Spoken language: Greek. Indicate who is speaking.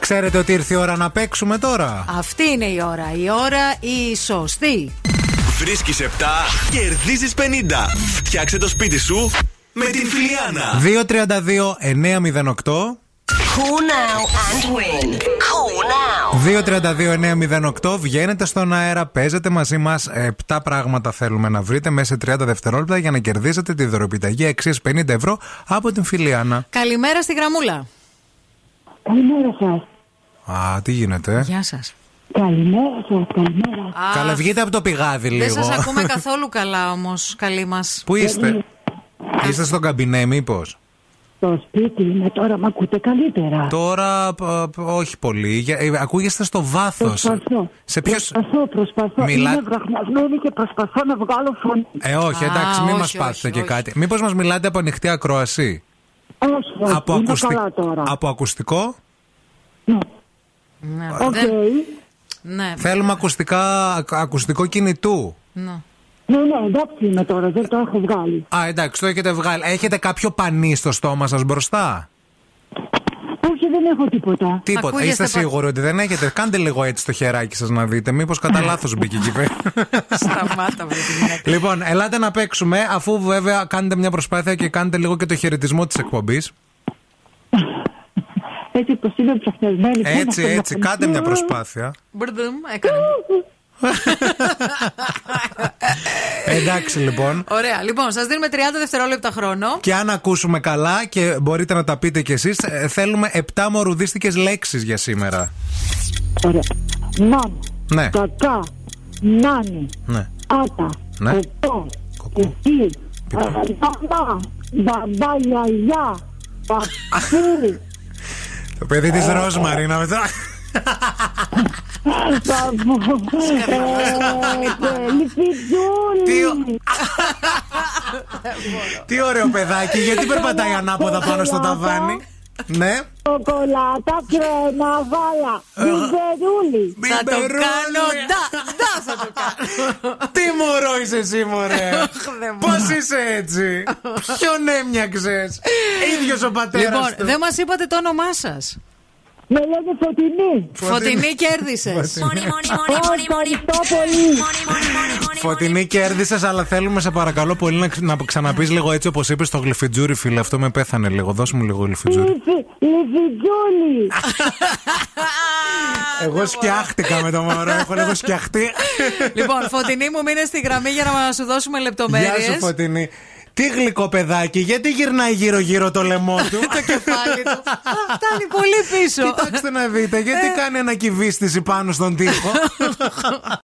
Speaker 1: Ξέρετε ότι ήρθε η ώρα να παίξουμε τώρα.
Speaker 2: Αυτή είναι η ώρα. Η ώρα η σωστή.
Speaker 3: Βρίσκεις 7, κερδίζεις 50. Φτιάξε το σπίτι σου με την Φιλιάνα.
Speaker 1: 232-908.
Speaker 4: Call now and win. Call now.
Speaker 1: 232-908 βγαίνετε στον αέρα, παίζετε μαζί μας. 7 πράγματα θέλουμε να βρείτε μέσα σε 30 δευτερόλεπτα για να κερδίσετε τη δωρεοπιταγή αξία 50 ευρώ από την Φιλιάνα.
Speaker 2: Καλημέρα στη γραμμούλα.
Speaker 5: Καλημέρα σας.
Speaker 1: Α, τι γίνεται. ε?
Speaker 2: Γεια σας.
Speaker 5: Καλημέρα σας, καλημέρα.
Speaker 1: Καλά, βγείτε από το πηγάδι
Speaker 2: Δεν
Speaker 1: λίγο.
Speaker 2: σας ακούμε καθόλου καλά όμως. Καλή μας.
Speaker 1: Πού είστε, Είστε στο καμπινέ, μήπως.
Speaker 5: Στο σπίτι είναι τώρα, μ' ακούτε καλύτερα.
Speaker 1: Τώρα π, π, όχι πολύ. Για- ε, Ακούγεστε στο βάθος.
Speaker 5: Ε, Προσπαθώ.
Speaker 1: Σε ποιο.
Speaker 5: Προσπαθώ, προσπαθώ.
Speaker 1: Μιλά-
Speaker 5: Είμαι βραχνιασμένη και προσπαθώ να βγάλω φωνή.
Speaker 1: Ε, όχι,
Speaker 2: Α,
Speaker 1: εντάξει, μην
Speaker 2: όχι,
Speaker 1: μας
Speaker 2: όχι,
Speaker 1: πάθετε και
Speaker 2: όχι.
Speaker 1: κάτι. Μήπως μας μιλάτε από ανοιχτή ακρόαση.
Speaker 5: Όχι, όχι,
Speaker 1: από,
Speaker 5: είμαι
Speaker 1: ακουστι-
Speaker 5: καλά τώρα.
Speaker 1: από ακουστικό.
Speaker 5: Ναι.
Speaker 2: Ναι.
Speaker 5: Οκ.
Speaker 2: δεν- ναι.
Speaker 1: Θέλουμε ακουστικά, ακ- ακουστικό κινητού.
Speaker 2: ναι.
Speaker 5: Ναι, ναι, εντάξει είμαι τώρα, δεν το έχω βγάλει.
Speaker 1: Α, εντάξει, το έχετε βγάλει. Έχετε κάποιο πανί στο στόμα σας μπροστά.
Speaker 5: Όχι, δεν έχω τίποτα.
Speaker 1: Τίποτα.
Speaker 2: Ακούγεστε
Speaker 1: Είστε
Speaker 2: πα-
Speaker 1: σίγουροι ότι δεν έχετε. Κάντε λίγο έτσι το χεράκι σας να δείτε. Μήπως κατά λάθος μπήκε εκεί πέρα.
Speaker 2: Σταμάτα με την γυναίκα.
Speaker 1: λοιπόν, ελάτε να παίξουμε, αφού βέβαια κάνετε μια προσπάθεια και κάνετε λίγο και το χαιρετισμό της εκπομπής.
Speaker 5: Έτσι πως είμαι ψαχνιασμένη.
Speaker 1: Έτσι, έτσι, κάντε μια προσπάθεια.
Speaker 2: Μπρδουμ, έκανε.
Speaker 1: Εντάξει λοιπόν.
Speaker 2: Ωραία, λοιπόν, σας δίνουμε 30 δευτερόλεπτα χρόνο.
Speaker 1: Και αν ακούσουμε καλά και μπορείτε να τα πείτε κι εσείς, ε, θέλουμε 7 μορουδίστικες λέξεις για σήμερα.
Speaker 5: Ωραία. Ναν,
Speaker 1: Ναι,
Speaker 5: κακά, νάνι,
Speaker 1: ναι.
Speaker 5: άτα,
Speaker 1: Ναι.
Speaker 5: κοπό,
Speaker 1: Κοκό.
Speaker 5: κουκί, μπαμπά, μπαμπά, γιαγιά, παππού,
Speaker 1: Το παιδί της Ρόσμαρη να μετά.
Speaker 5: μπαμπού, Ε, λιπιτζούλη.
Speaker 1: Τι ωραίο παιδάκι, γιατί περπατάει ανάποδα πάνω στο ταβάνι. Ναι.
Speaker 5: Σοκολάτα, κρέμα, βάλα, μπιμπερούλη.
Speaker 2: Θα το
Speaker 1: Μπιμπερούλι.
Speaker 2: κάνω. Ντα, ντα θα το κάνω.
Speaker 1: Τι μωρό είσαι εσύ μωρέ
Speaker 2: Θεέ μου.
Speaker 1: Πώς είσαι έτσι Ποιον έμοιαξες Ίδιος ο πατέρας
Speaker 2: Λοιπόν,
Speaker 1: του
Speaker 2: δεν μας είπατε το όνομά σας.
Speaker 5: Με ναι. λένε Φωτεινή.
Speaker 2: Φωτεινή κέρδισες.
Speaker 4: Money, money, money, money, money.
Speaker 5: Ευχαριστώ πολύ.
Speaker 4: Money, money, money, money, money.
Speaker 1: Φωτεινή κέρδισες, αλλά θέλουμε σε παρακαλώ πολύ να, ξε- να ξαναπείς λίγο έτσι όπως είπες στο γλυφιτζούρι, φίλε. Αυτό με πέθανε λίγο. Δώσ' μου λίγο γλυφιτζούρι.
Speaker 5: Λιφι- Λιφιτζούλη.
Speaker 1: Εγώ σκιάχτηκα με το μωρό. Έχω λίγο σκιαχτεί.
Speaker 2: Λοιπόν, Φωτεινή μου, μείνε στη γραμμή για να σου δώσουμε
Speaker 1: Γεια
Speaker 2: λεπτομέρειε.
Speaker 1: σου, Φωτεινή. Τι γλυκό παιδάκι, γιατί γυρνάει γύρω-γύρω το λαιμό του.
Speaker 2: Το κεφάλι του. Α, Φτάνει πολύ πίσω.
Speaker 1: Κοιτάξτε να δείτε, γιατί κάνει ανακυβίστηση πάνω στον τοίχο.